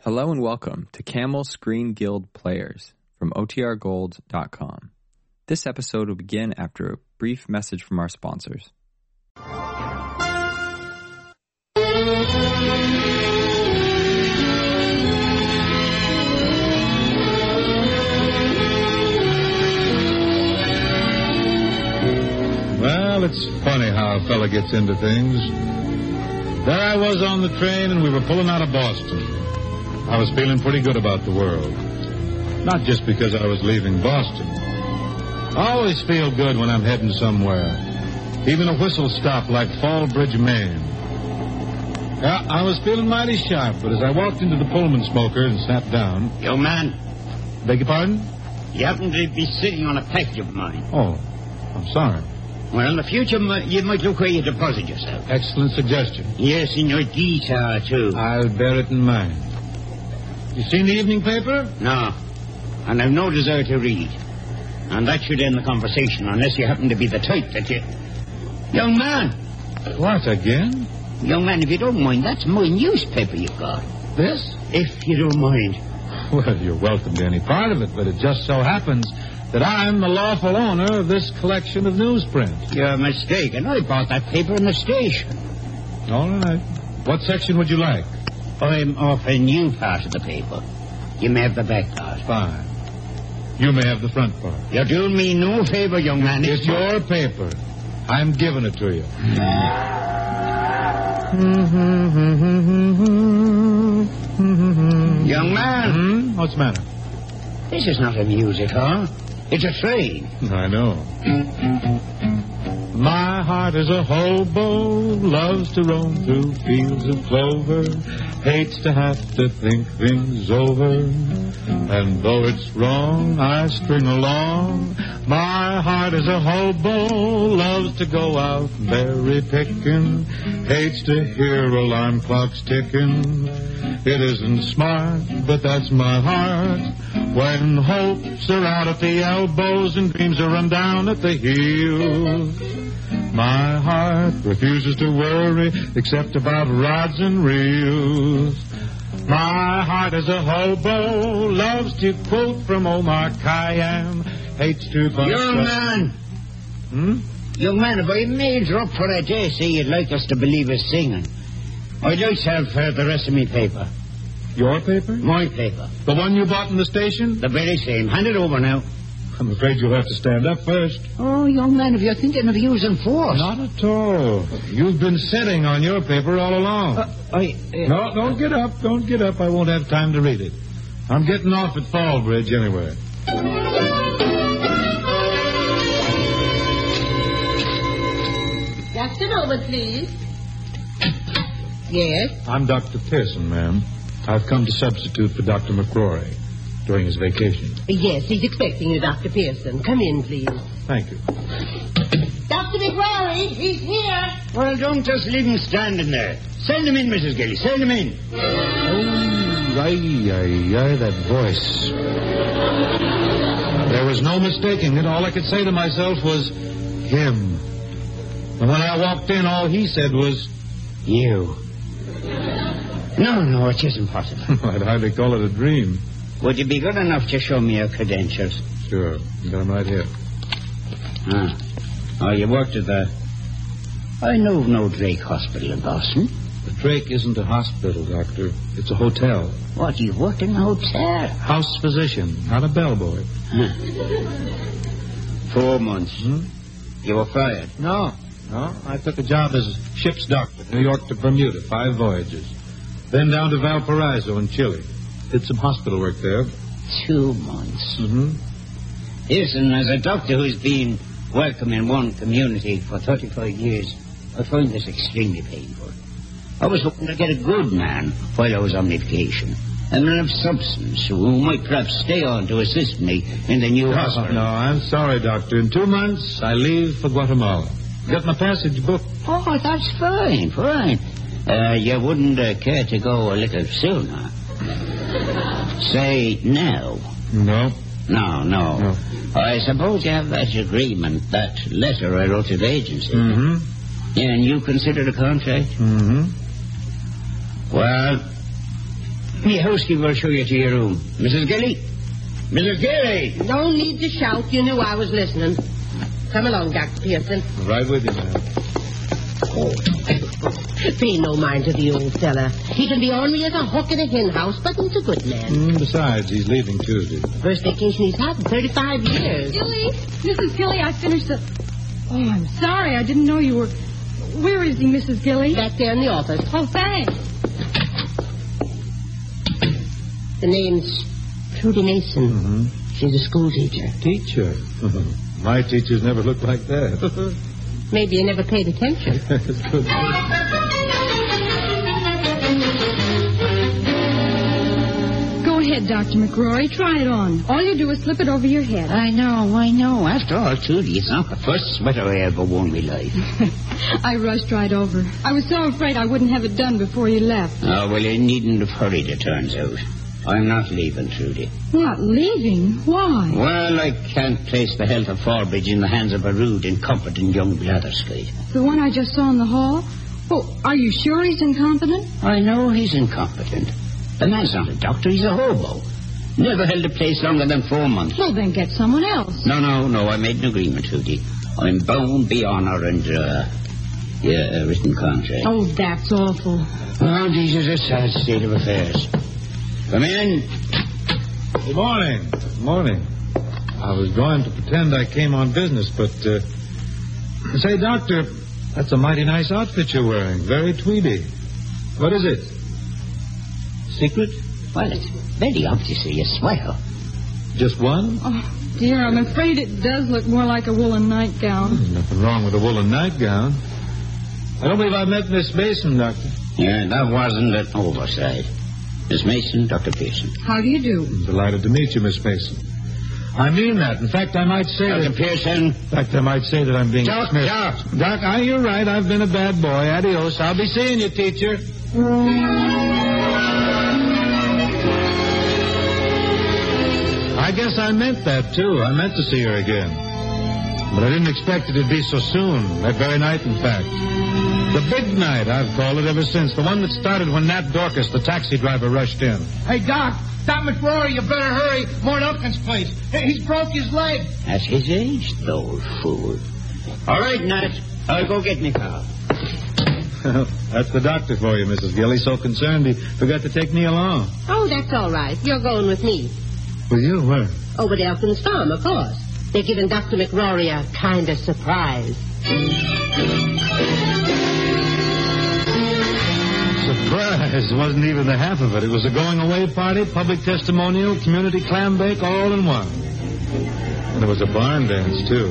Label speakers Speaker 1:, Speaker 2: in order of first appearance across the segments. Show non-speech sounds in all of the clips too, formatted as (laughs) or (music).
Speaker 1: Hello and welcome to Camel Screen Guild Players from OTRGold.com. This episode will begin after a brief message from our sponsors.
Speaker 2: Well, it's funny how a fella gets into things. There I was on the train, and we were pulling out of Boston. I was feeling pretty good about the world. Not just because I was leaving Boston. I always feel good when I'm heading somewhere. Even a whistle stop like Fall Bridge, Maine. Yeah, I was feeling mighty sharp, but as I walked into the Pullman smoker and sat down.
Speaker 3: Yo, man,
Speaker 2: Beg your pardon?
Speaker 3: you happen to be sitting on a package of mine.
Speaker 2: Oh, I'm sorry.
Speaker 3: Well, in the future, mi- you might look where you deposit yourself.
Speaker 2: Excellent suggestion.
Speaker 3: Yes, in your guitar, too.
Speaker 2: I'll bear it in mind. You seen the evening paper?
Speaker 3: No. And I've no desire to read. And that should end the conversation, unless you happen to be the type that you... Young man!
Speaker 2: What again?
Speaker 3: Young man, if you don't mind, that's my newspaper you got.
Speaker 2: This?
Speaker 3: If you don't mind.
Speaker 2: Well, you're welcome to any part of it, but it just so happens that I'm the lawful owner of this collection of newsprint.
Speaker 3: You're mistaken. I bought that paper in the station.
Speaker 2: All right. What section would you like?
Speaker 3: I'm offering you part of the paper. You may have the back part.
Speaker 2: Fine. You may have the front part.
Speaker 3: You're doing me no favor, young man.
Speaker 2: It's your paper. I'm giving it to you.
Speaker 3: Young man!
Speaker 2: Hmm? What's the matter?
Speaker 3: This is not a music hall. It's a train.
Speaker 2: I know. My heart is a hobo, loves to roam through fields of clover, hates to have to think things over. And though it's wrong, I string along. My heart is a hobo, loves to go out berry picking, hates to hear alarm clocks ticking. It isn't smart, but that's my heart. When hopes are out at the elbows and dreams are run down at the heels. My heart refuses to worry except about rods and reels. My heart is a hobo, loves to quote from Omar Khayyam, hates to...
Speaker 3: Young man,
Speaker 2: Hmm?
Speaker 3: young man, if I made you up for a day, say you'd like us to believe us singing. I'd like to have uh, the rest of me paper.
Speaker 2: Your paper?
Speaker 3: My paper.
Speaker 2: The one you bought in the station?
Speaker 3: The very same. Hand it over now.
Speaker 2: I'm afraid you'll have to stand up first.
Speaker 3: Oh, young man, if you're thinking of using force.
Speaker 2: Not at all. You've been sitting on your paper all along.
Speaker 3: Uh, I, uh,
Speaker 2: no, don't get up. Don't get up. I won't have time to read it. I'm getting off at Fallbridge anyway.
Speaker 4: Dr. Over, please. Yes?
Speaker 2: I'm Dr. Pearson, ma'am. I've come to substitute for Dr. McCrory during his vacation.
Speaker 4: Yes, he's expecting you, Dr. Pearson. Come in, please.
Speaker 2: Thank you.
Speaker 4: Dr. McRory, he's here.
Speaker 3: Well, don't just leave him standing there. Send him in, Mrs. Gilly. Send him in.
Speaker 2: Oh, aye, aye, aye, that voice. There was no mistaking it. All I could say to myself was him. And when I walked in, all he said was, (laughs)
Speaker 3: You. No, no, it isn't possible.
Speaker 2: I'd hardly call it a dream.
Speaker 3: Would you be good enough to show me your credentials?
Speaker 2: Sure. Got him right here.
Speaker 3: Ah. Oh, you worked at the... I know of no Drake Hospital in Boston.
Speaker 2: The Drake isn't a hospital, Doctor. It's a hotel.
Speaker 3: What, you worked in a hotel?
Speaker 2: House physician, not a bellboy.
Speaker 3: (laughs) Four months. You were fired.
Speaker 2: No. No, I took a job as ship's doctor, New York to Bermuda, five voyages. Then down to Valparaiso in Chile. Did some hospital work there.
Speaker 3: Two months.
Speaker 2: Mm-hmm.
Speaker 3: Listen, as a doctor who's been welcome in one community for 35 years, I find this extremely painful. I was hoping to get a good man while I was on vacation. A man of substance who might perhaps stay on to assist me in the new
Speaker 2: No,
Speaker 3: hospital.
Speaker 2: no, I'm sorry, Doctor. In two months, I leave for Guatemala. Got my passage booked.
Speaker 3: Oh, that's fine, fine. Uh, you wouldn't uh, care to go a little sooner. Say now.
Speaker 2: No.
Speaker 3: No, no,
Speaker 2: No.
Speaker 3: I suppose you have that agreement, that letter I wrote to the agency.
Speaker 2: Mm-hmm.
Speaker 3: And you consider the contract?
Speaker 2: Mm-hmm.
Speaker 3: Well, Me housekeeper will show you to your room. Mrs. Gilly? Mrs. Gilly!
Speaker 4: No need to shout. You knew I was listening. Come along, Dr. Pearson.
Speaker 2: Right with you, ma'am.
Speaker 4: Pay no mind to the old fella. He can be ornery as a hawk in a hen house, but he's a good man.
Speaker 2: Mm, besides, he's leaving Tuesday.
Speaker 4: First vacation he's had in 35 years.
Speaker 5: Gilly, Mrs. Gilly, I finished the. Oh, I'm sorry. I didn't know you were. Where is he, Mrs. Gilly?
Speaker 4: Back there in the office.
Speaker 5: Oh, thanks.
Speaker 4: The name's Trudy Mason. She's a school teacher.
Speaker 2: Teacher. My teachers never looked like that. (laughs)
Speaker 4: Maybe you never paid attention.
Speaker 5: Go ahead, Dr. McCrory. Try it on. All you do is slip it over your head. (laughs)
Speaker 3: I know, I know. After all, Trudy, it's not the first sweater I ever wore in my life.
Speaker 5: I rushed right over. I was so afraid I wouldn't have it done before you left.
Speaker 3: oh, well, you needn't have hurried, it turns out. I'm not leaving, Trudy.
Speaker 5: Not leaving? Why?
Speaker 3: Well, I can't place the health of Forbridge in the hands of a rude, incompetent young blatherskate.
Speaker 5: The one I just saw in the hall? Oh, are you sure he's incompetent?
Speaker 3: I know he's incompetent. The man's not a doctor, he's a hobo. Never held a place longer than four months.
Speaker 5: Well, then get someone else.
Speaker 3: No, no, no, I made an agreement, Trudy. I'm bound be honor and, uh, yeah, a written contract.
Speaker 5: Oh, that's awful.
Speaker 3: Oh, this is a sad state of affairs. Come in.
Speaker 2: Good morning. Good morning. I was going to pretend I came on business, but, uh, say, Doctor, that's a mighty nice outfit you're wearing. Very tweedy. What is it? Secret?
Speaker 3: Well, it's very obviously a sweater.
Speaker 2: Just one?
Speaker 5: Oh, dear, I'm afraid it does look more like a woolen nightgown.
Speaker 2: There's nothing wrong with a woolen nightgown. I don't believe I met Miss Mason, Doctor.
Speaker 3: Yeah, that wasn't an oversight. Miss Mason, Dr. Pearson.
Speaker 5: How do you do?
Speaker 2: I'm delighted to meet you, Miss Mason. I mean that. In fact, I might say
Speaker 3: Dr.
Speaker 2: that.
Speaker 3: Pearson,
Speaker 2: In fact, I might say that I'm being
Speaker 3: Doc,
Speaker 2: dismissed.
Speaker 3: Doc.
Speaker 2: Doc, ah, you're right. I've been a bad boy. Adios. I'll be seeing you, teacher. I guess I meant that, too. I meant to see her again. But I didn't expect it to be so soon. That very night, in fact. The big night, I've called it ever since. The one that started when Nat Dorcas, the taxi driver, rushed in. (laughs)
Speaker 6: Hey, Doc. Doc McRory, you better hurry. Mort Elkins' place. Hey, He's broke his leg.
Speaker 3: at his age, the old fool. All right, Nat. I'll go get my car.
Speaker 2: That's the doctor for you, Mrs. Gilly. So concerned he forgot to take me along.
Speaker 4: Oh, that's all right. You're going with me.
Speaker 2: Well, you were.
Speaker 4: Over to Elkins Farm, of course. They're giving Dr. McRory a kind of surprise.
Speaker 2: Surprise. It wasn't even the half of it. It was a going away party, public testimonial, community clam bake, all in one. And there was a barn dance, too.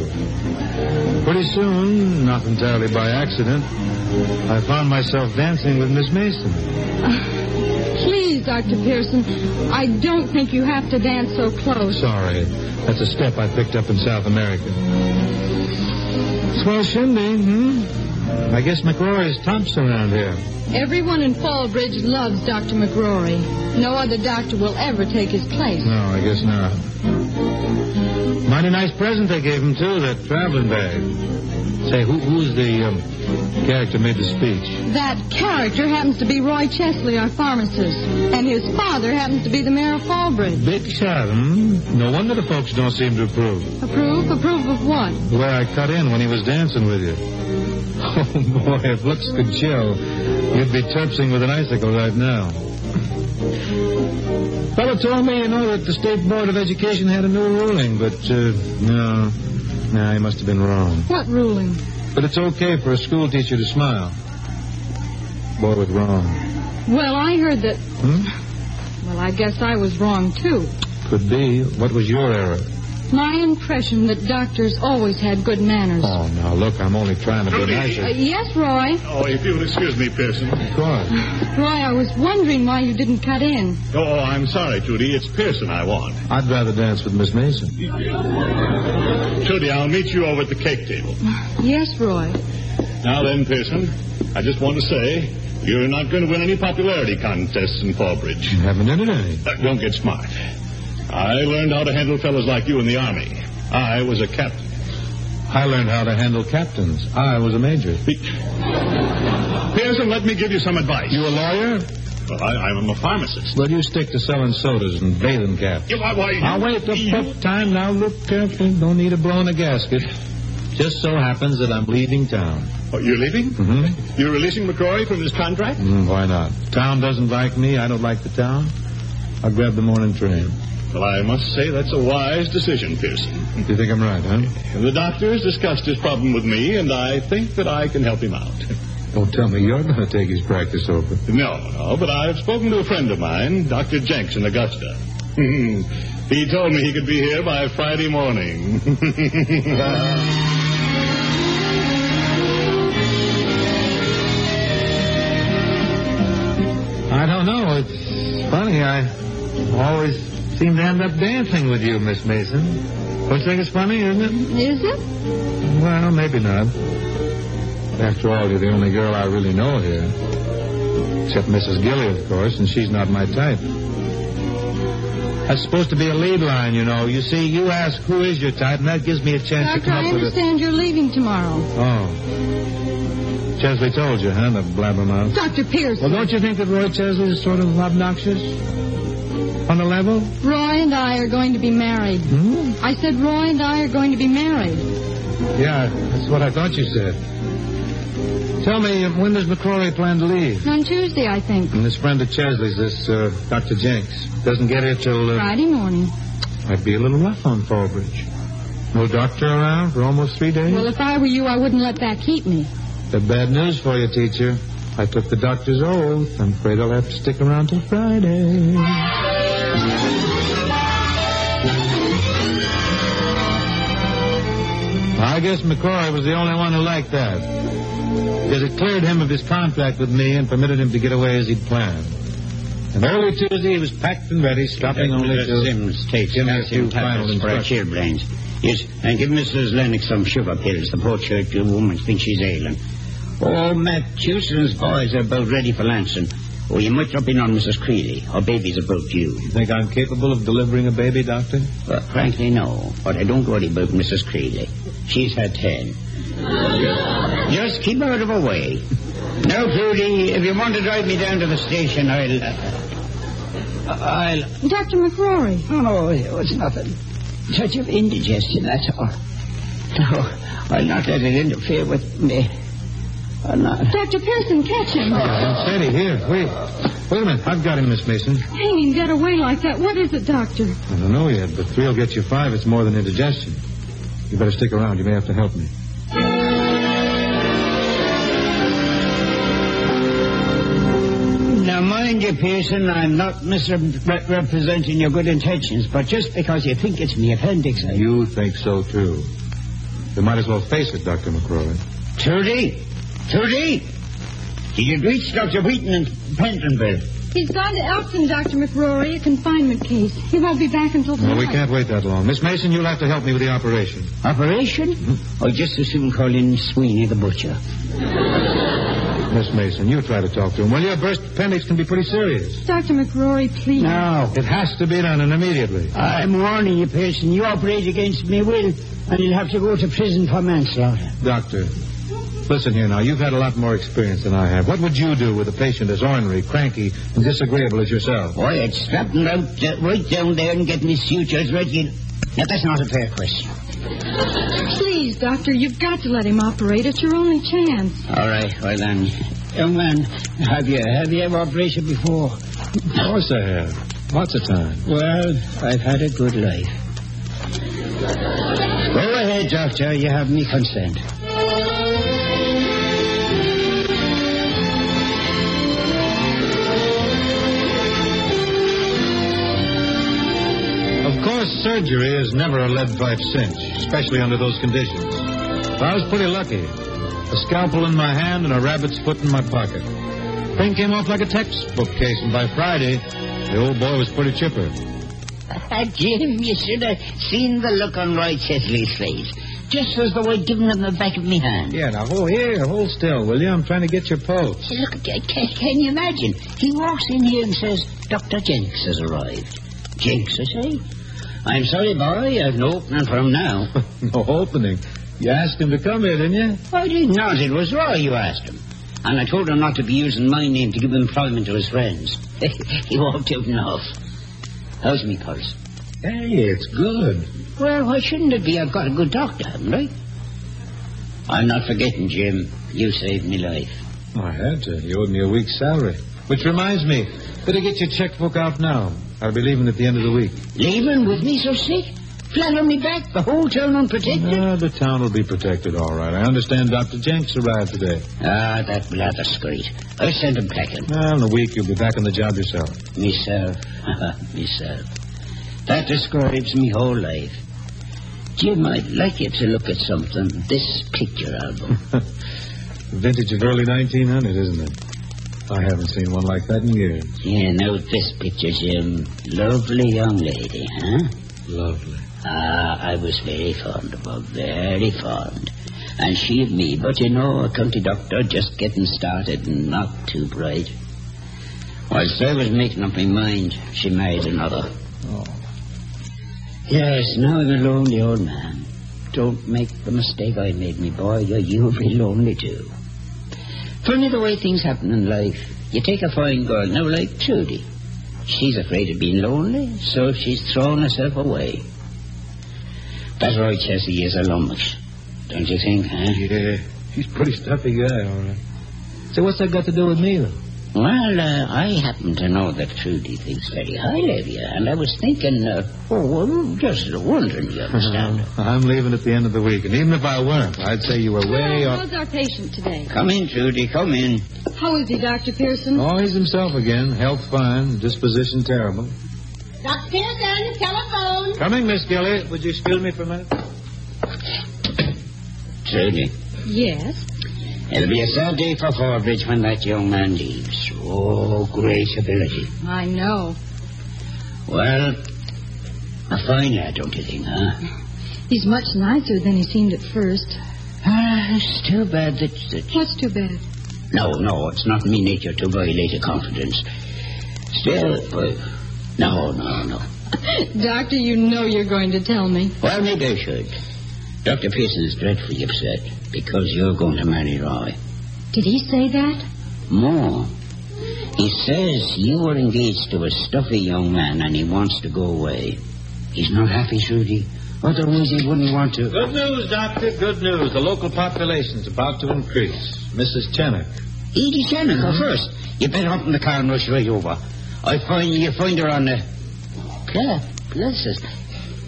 Speaker 2: Pretty soon, not entirely by accident, I found myself dancing with Miss Mason.
Speaker 5: Please, Dr. Pearson, I don't think you have to dance so close.
Speaker 2: Sorry. That's a step I picked up in South America. Swell shindy, hmm? I guess McRory's tops around here.
Speaker 5: Everyone in Fallbridge loves Dr. McGrory. No other doctor will ever take his place.
Speaker 2: No, I guess not. Mighty nice present they gave him, too, that traveling bag. Say, who, who's the um, character made the speech?
Speaker 5: That character happens to be Roy Chesley, our pharmacist, and his father happens to be the mayor of Fallbridge.
Speaker 2: Big shot, hmm? No wonder the folks don't seem to approve.
Speaker 5: Approve? Approve of what?
Speaker 2: Where I cut in when he was dancing with you. (laughs) Oh, boy, if looks could chill, you'd be chirping with an icicle right now. Fellow told me, you know, that the State Board of Education had a new ruling, but, uh, no. No, he must have been wrong.
Speaker 5: What ruling?
Speaker 2: But it's okay for a school teacher to smile. Boy, was wrong.
Speaker 5: Well, I heard that.
Speaker 2: Hmm?
Speaker 5: Well, I guess I was wrong, too.
Speaker 2: Could be. What was your error?
Speaker 5: My impression that doctors always had good manners.
Speaker 2: Oh, now look, I'm only trying to be
Speaker 7: Rudy.
Speaker 5: Uh,
Speaker 2: nicer.
Speaker 5: yes, Roy.
Speaker 7: Oh, if you'll excuse me, Pearson.
Speaker 2: Of course.
Speaker 5: Roy, I was wondering why you didn't cut in.
Speaker 7: Oh, I'm sorry, Trudy. It's Pearson I want.
Speaker 2: I'd rather dance with Miss Mason.
Speaker 7: Trudy, I'll meet you over at the cake table.
Speaker 5: Yes, Roy.
Speaker 7: Now then, Pearson, I just want to say you're not going to win any popularity contests in Fallbridge.
Speaker 2: You haven't entered any.
Speaker 7: Uh, don't get smart. I learned how to handle fellas like you in the army. I was a captain.
Speaker 2: I learned how to handle captains. I was a major.
Speaker 7: Be- Pearson, let me give you some advice.
Speaker 2: You a lawyer?
Speaker 7: doctor. I, I'm a pharmacist.
Speaker 2: Well, you stick to selling sodas and bathing caps.
Speaker 7: You, why, why, you-
Speaker 2: Now, wait, look,
Speaker 7: you-
Speaker 2: look, time now. Look carefully. Don't need a blow in a gasket. Just so happens that I'm leaving town.
Speaker 7: Oh, you're leaving?
Speaker 2: Mm-hmm.
Speaker 7: You're releasing McCrory from his contract?
Speaker 2: Mm, why not? Town doesn't like me. I don't like the town. I'll grab the morning train.
Speaker 7: Well, I must say that's a wise decision, Pearson.
Speaker 2: You think I'm right, huh?
Speaker 7: The doctor has discussed his problem with me, and I think that I can help him out.
Speaker 2: Don't tell me you're going to take his practice over.
Speaker 7: No, no, but I've spoken to a friend of mine, Dr. Jenks in Augusta. (laughs) he told me he could be here by Friday morning. (laughs)
Speaker 2: I don't know. It's funny. I always seem to end up dancing with you, Miss Mason. Don't you think it's funny, isn't it?
Speaker 5: Is it?
Speaker 2: Well, maybe not. After all, you're the only girl I really know here. Except Mrs. Gilly, of course, and she's not my type. That's supposed to be a lead line, you know. You see, you ask who is your type, and that gives me a chance to
Speaker 5: Doctor,
Speaker 2: come
Speaker 5: I
Speaker 2: up with a...
Speaker 5: understand you're leaving tomorrow.
Speaker 2: Oh. Chesley told you, huh, the blabbermouth?
Speaker 5: Dr.
Speaker 2: Well,
Speaker 5: Pearson,
Speaker 2: don't you think that Roy Chesley is sort of obnoxious? On a level?
Speaker 5: Roy and I are going to be married.
Speaker 2: Hmm?
Speaker 5: I said Roy and I are going to be married.
Speaker 2: Yeah, that's what I thought you said. Tell me, uh, when does McCrory plan to leave?
Speaker 5: On Tuesday, I think.
Speaker 2: And this friend of Chesley's, this uh, Dr. Jenks, doesn't get here till. Uh,
Speaker 5: Friday morning.
Speaker 2: I'd be a little rough on Fallbridge. No doctor around for almost three days?
Speaker 5: Well, if I were you, I wouldn't let that keep me.
Speaker 2: The bad news for you, teacher. I took the doctor's oath. I'm afraid I'll have to stick around till Friday. I guess McCoy was the only one who liked that. Because it cleared him of his contract with me and permitted him to get away as he'd planned. And early Tuesday, he was packed and ready, stopping only
Speaker 3: Mr.
Speaker 2: to...
Speaker 3: Sims takes
Speaker 2: Give me a few
Speaker 3: calcium
Speaker 2: final
Speaker 3: tablets for her
Speaker 2: instructions.
Speaker 3: chilblains. Yes, and give Mrs. Lennox some sugar pills. The poor church woman thinks she's ailing. Oh, Matthewson's boys are about ready for Lansing. Oh, you might drop in on Mrs. Creeley. Her baby's about due.
Speaker 2: You think I'm capable of delivering a baby, Doctor?
Speaker 3: Well, frankly, no. But I don't worry about Mrs. Creeley. She's had ten. Just keep her out of her way. Now, Judy, if you want to drive me down to the station, I'll... uh, I'll...
Speaker 5: Dr. McCrory.
Speaker 3: Oh, it was nothing. Touch of indigestion, that's all. No, I'll not let it interfere with me. I'll not.
Speaker 5: Dr. Pearson, catch him.
Speaker 2: Oh, Sandy, here, wait. Wait a minute. I've got him, Miss Mason.
Speaker 5: Hanging dead away like that. What is it, Doctor?
Speaker 2: I don't know yet, but three'll get you five. It's more than indigestion. You better stick around. You may have to help me.
Speaker 3: Now, mind you, Pearson, I'm not misrepresenting your good intentions, but just because you think it's me appendix, I...
Speaker 2: You think so too? You might as well face it, Doctor McCrory.
Speaker 3: Trudy! Trudy! Did you reach Dr. Wheaton in Pentonville?
Speaker 5: He's gone to Elkton, Dr. McCrory, a confinement case. He won't be back until
Speaker 2: Well,
Speaker 5: tomorrow.
Speaker 2: we can't wait that long. Miss Mason, you'll have to help me with the operation.
Speaker 3: Operation? Or Hmm. Oh, just as soon call in Sweeney the butcher.
Speaker 2: Miss Mason, you try to talk to him. Well, your burst appendix can be pretty serious.
Speaker 5: Dr. McCrory, please.
Speaker 3: No.
Speaker 2: It has to be done, and immediately.
Speaker 3: I'm warning you, Pearson. You operate against me will, and you'll have to go to prison for manslaughter.
Speaker 2: Doctor, listen here now. You've had a lot more experience than I have. What would you do with a patient as ornery, cranky, and disagreeable as yourself?
Speaker 3: Boy, it's strapping out uh, right down there and getting his sutures ready. Now, that's not a fair question.
Speaker 5: Please, Doctor, you've got to let him operate. It's your only chance.
Speaker 3: All right, well then. Young man, have you have you ever operated before?
Speaker 2: Of course I have. Lots of time.
Speaker 3: Well, I've had a good life. Go ahead, Doctor. You have me consent.
Speaker 2: Of course, surgery is never a lead pipe cinch, especially under those conditions. But I was pretty lucky. A scalpel in my hand and a rabbit's foot in my pocket. Thing came off like a textbook case, and by Friday, the old boy was pretty chipper.
Speaker 3: Uh, Jim, you should have seen the look on Roy Chesley's face. Just as though I'd given him the back of my hand.
Speaker 2: Yeah, now hold here, hold still, will you? I'm trying to get your pulse. (laughs)
Speaker 3: Look, can, can you imagine? He walks in here and says, Dr. Jenks has arrived. Jenks, I say? I'm sorry, boy. I've no opening for him now.
Speaker 2: no opening. You asked him to come here, didn't you?
Speaker 3: I did not. It was Roy you asked him. and I told him not to be using my name to give employment to his friends. (laughs) he walked out and off. How's me pulse?
Speaker 2: Hey, it's good.
Speaker 3: Well, why shouldn't it be? I've got a good doctor, haven't I? I'm not forgetting, Jim. You saved me life.
Speaker 2: I had to. You owed me a week's salary. Which reminds me, better get your checkbook out now. I'll be leaving at the end of the week.
Speaker 3: Leaving with me so sick? Flat on me back, the whole town unprotected?
Speaker 2: Ah, the town will be protected, all right. I understand Dr. Jenks arrived today.
Speaker 3: Ah, that blather screech. I sent him packing.
Speaker 2: Well, in a week, you'll be back on the job yourself.
Speaker 3: (laughs) Myself. Myself. That describes me whole life. Jim, I'd like you to look at something. This picture album.
Speaker 2: Vintage of early 1900, isn't it? I haven't seen one like that in years.
Speaker 3: yeah, now this picture, Jim. Lovely young lady, huh?
Speaker 2: Lovely.
Speaker 3: Ah, I was very fond of her, very fond. And she of me, but you know, a county doctor just getting started and not too bright. Whilst I was making up my mind, she married another.
Speaker 2: Oh.
Speaker 3: Yes, now I'm a lonely old man. Don't make the mistake I made, me boy, or you'll be lonely too. Funny the way things happen in life. You take a fine girl now, like Trudy. She's afraid of being lonely, so she's thrown herself away. That right, Chessie, is a lummox. Don't you think, huh?
Speaker 2: Yeah, he's a pretty stuffy guy, all right. So what's that got to do with me, then?
Speaker 3: Well, uh, I happen to know that Trudy thinks very highly of you, and I was thinking, uh, oh, well, just wondering, you understand?
Speaker 2: (laughs) I'm leaving at the end of the week, and even if I weren't, I'd say you were way off.
Speaker 5: How's our patient today?
Speaker 3: (laughs) Come in, Trudy, come in.
Speaker 5: How is he, Dr. Pearson?
Speaker 2: Oh, he's himself again. Health fine, disposition terrible.
Speaker 4: Dr. Pearson, telephone.
Speaker 2: Coming, Miss Gilly. Would you excuse me for a minute?
Speaker 3: Trudy.
Speaker 5: Yes.
Speaker 3: It'll be a sad day for Forbridge when that young man leaves. Oh, great ability.
Speaker 5: I know.
Speaker 3: Well, a fine lad, don't you think, huh?
Speaker 5: He's much nicer than he seemed at first.
Speaker 3: Ah, it's too bad that, that...
Speaker 5: What's too bad?
Speaker 3: No, no, it's not me nature to violate a confidence. Still, uh, no, no, no.
Speaker 5: Doctor, you know you're going to tell me.
Speaker 3: Well, maybe I should. Dr. Pearson is dreadfully upset because you're going to marry Roy.
Speaker 5: Did he say that?
Speaker 3: More. He says you were engaged to a stuffy young man and he wants to go away. He's not happy, Trudy. Otherwise he wouldn't want to.
Speaker 2: Good news, Doctor. Good news. The local population's about to increase. Mrs. Chenick.
Speaker 3: Edie Shannon, first. You better hop in the car and rush right over. I find you find her on the. Claire, bless us.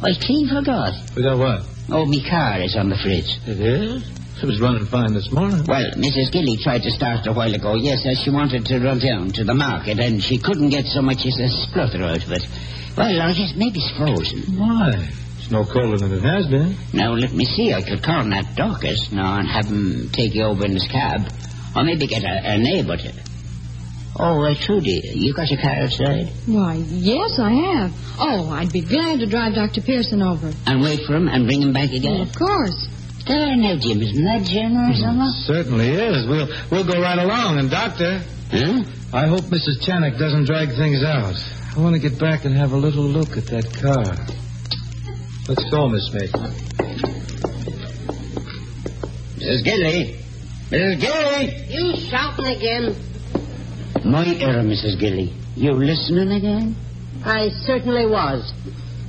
Speaker 3: I clean forgot.
Speaker 2: We got what?
Speaker 3: Oh, me car is on the fridge.
Speaker 2: It is? It was running fine this morning.
Speaker 3: Well, Mrs. Gilly tried to start a while ago. Yes, as she wanted to run down to the market, and she couldn't get so much as a splutter out of it. Well, I guess maybe it's frozen.
Speaker 2: Why? It's no colder than it has been.
Speaker 3: Now, let me see. I could call that Dorcas now and have him take you over in his cab. Or maybe get a, a neighbor to. Oh, uh, Trudy, you got your car outside?
Speaker 5: Why, yes, I have. Oh, I'd be glad to drive Dr. Pearson over.
Speaker 3: And wait for him and bring him back again?
Speaker 5: Of course.
Speaker 3: There now, Jim. Isn't that generous, Emma?
Speaker 2: Certainly is. We'll we'll go right along. And doctor,
Speaker 3: Hmm? Huh?
Speaker 2: I hope Mrs. Chanick doesn't drag things out. I want to get back and have a little look at that car. Let's go, Miss Mason.
Speaker 3: Mrs. Gilly. Mrs. Gilly!
Speaker 4: You shouting again?
Speaker 3: My error, Mrs. Gilly. You listening again?
Speaker 4: I certainly was.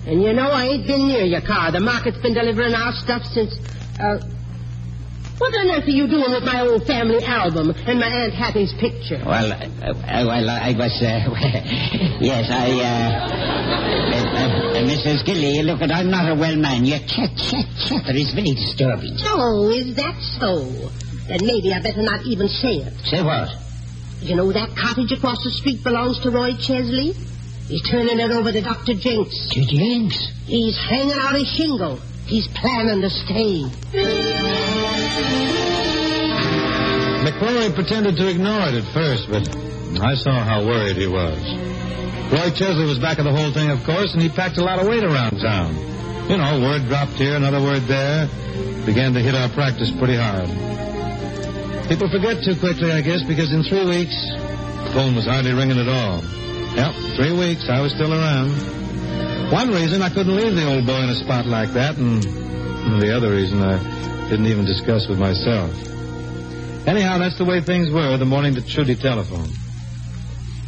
Speaker 4: And you know, I ain't been near your car. The market's been delivering our stuff since. Uh, what on earth are you doing with my old family album and my Aunt Hattie's picture?
Speaker 3: Well, uh, uh, well, I was, uh, (laughs) yes, I, uh, uh, uh, Mrs. Gilly, look, I'm not a well man. Your chat, chat, chatter is very disturbing.
Speaker 4: Oh, is that so? Then maybe I better not even say it.
Speaker 3: Say what?
Speaker 4: You know, that cottage across the street belongs to Roy Chesley. He's turning it over to Dr. Jenks.
Speaker 3: To Jenks.
Speaker 4: He's hanging out his shingle. He's planning to stay.
Speaker 2: McCrory pretended to ignore it at first, but I saw how worried he was. Roy Chesley was back of the whole thing, of course, and he packed a lot of weight around town. You know, word dropped here, another word there. Began to hit our practice pretty hard. People forget too quickly, I guess, because in three weeks, the phone was hardly ringing at all. Yep, three weeks, I was still around. One reason I couldn't leave the old boy in a spot like that, and the other reason I didn't even discuss with myself. Anyhow, that's the way things were the morning that Trudy telephoned.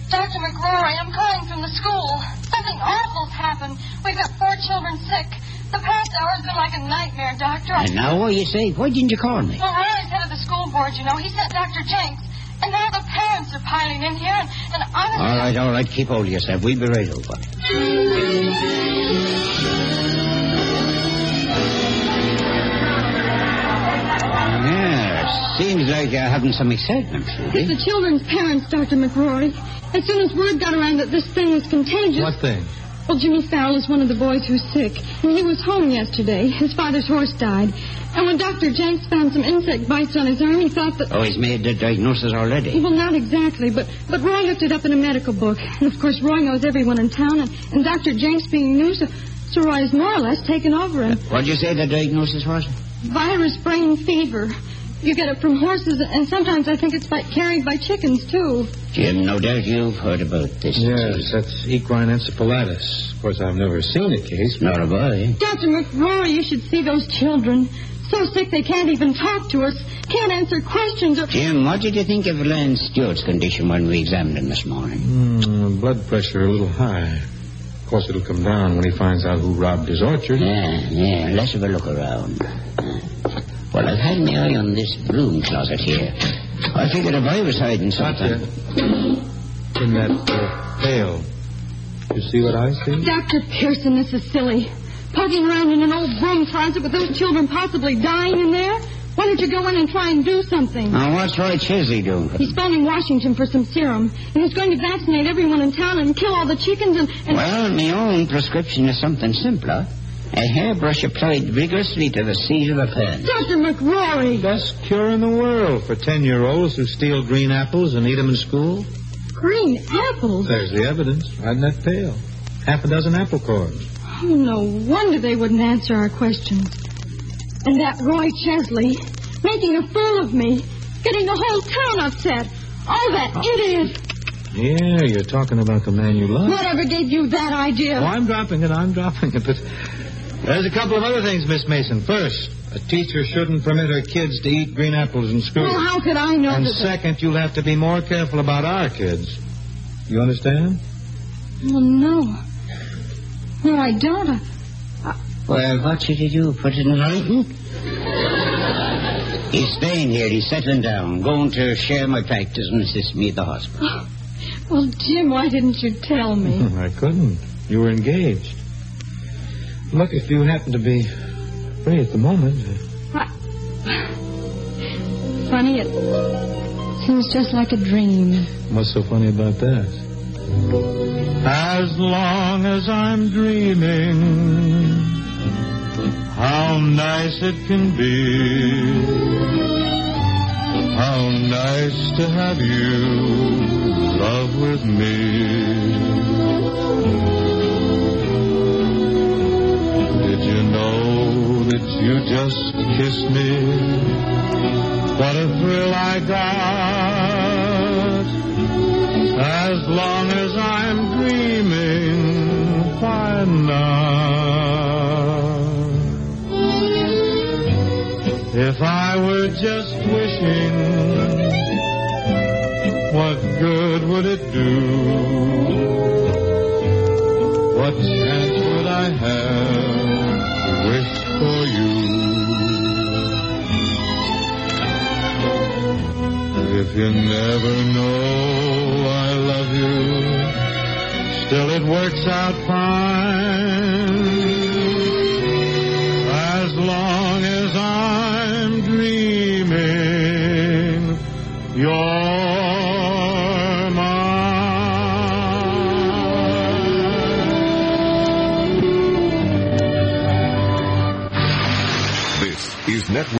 Speaker 8: Dr. McGrory, I'm calling from the school. Something awful's happened. We've got four children sick. The past hour's been like a nightmare, Doctor. I...
Speaker 3: And now what you say? Why didn't you call me?
Speaker 8: Well, Riley's head of the school board, you know. He sent Dr. Jenks. And now the parents are piling in here, and, and honestly...
Speaker 3: All right, all right. Keep hold of yourself. We'll be right over. Yeah, seems like you're having some excitement,
Speaker 5: It's
Speaker 3: Trudy.
Speaker 5: the children's parents, Dr. McRory. As soon as word got around that this thing was contagious.
Speaker 2: What thing?
Speaker 5: Well, Jimmy Fowle is one of the boys who's sick, and he was home yesterday. His father's horse died. And when Dr. Jenks found some insect bites on his arm, he thought that.
Speaker 3: Oh, he's made the diagnosis already.
Speaker 5: Well, not exactly, but, but Roy looked it up in a medical book. And of course, Roy knows everyone in town, and, and Dr. Jenks being new, so, so Roy has more or less taken over him.
Speaker 3: What'd you say the diagnosis was?
Speaker 5: Virus brain fever. You get it from horses, and sometimes I think it's by, carried by chickens, too.
Speaker 3: Jim, no doubt you've heard about this.
Speaker 2: Yes,
Speaker 3: disease.
Speaker 2: that's equine encephalitis. Of course, I've never seen a case.
Speaker 3: Nor have I.
Speaker 5: Dr. McRory, you should see those children. So sick they can't even talk to us, can't answer questions, or.
Speaker 3: Jim, what did you think of Lance Stewart's condition when we examined him this morning?
Speaker 2: Hmm, blood pressure a little high. Of course, it'll come down when he finds out who robbed his orchard.
Speaker 3: Yeah, yeah, let's have a look around. Well, I've had my eye on this broom closet here. I figured if I was hiding something.
Speaker 2: In that uh, pail. You see what I see?
Speaker 5: Dr. Pearson, this is silly. Poking around in an old broom closet with those children possibly dying in there? Why don't you go in and try and do something?
Speaker 3: Now, what's Roy Chisley doing?
Speaker 5: He's phoning Washington for some serum, and he's going to vaccinate everyone in town and kill all the chickens and. and...
Speaker 3: Well, my own prescription is something simpler. A hairbrush applied vigorously to the seat of a pen.
Speaker 5: Dr. McRory!
Speaker 2: Best cure in the world for 10 year olds who steal green apples and eat them in school.
Speaker 5: Green apples?
Speaker 2: There's the evidence right in that pail. Half a dozen apple cores.
Speaker 5: Oh, no wonder they wouldn't answer our questions. And that Roy Chesley, making a fool of me, getting the whole town upset. Oh, that idiot!
Speaker 2: Yeah, you're talking about the man you love.
Speaker 5: Whatever gave you that idea?
Speaker 2: Oh, I'm dropping it. I'm dropping it. But there's a couple of other things, Miss Mason. First, a teacher shouldn't permit her kids to eat green apples in school.
Speaker 5: Well, how could I know
Speaker 2: and
Speaker 5: that? the-
Speaker 2: second, you'll have to be more careful about our kids. You understand?
Speaker 5: Well, no. No, I don't. I-
Speaker 3: Well, what should you do? Put it in writing? He's staying here. He's settling down. Going to share my practice and assist me at the hospital.
Speaker 5: Well, Jim, why didn't you
Speaker 2: (laughs)
Speaker 5: tell me?
Speaker 2: Hmm, I couldn't. You were engaged. Look, if you happen to be free at the moment.
Speaker 5: I- Funny, it seems just like a dream.
Speaker 2: What's so funny about that? As long as I'm dreaming, how nice it can be. How nice to have you love with me. Did you know that you just kissed me? What a thrill I got. As long as I'm dreaming, why not? If I were just wishing, what good would it do? What chance would I have to wish for you? If you never know I love you, still it works out fine. As long as I'm dreaming, you're mine.
Speaker 9: This is Network.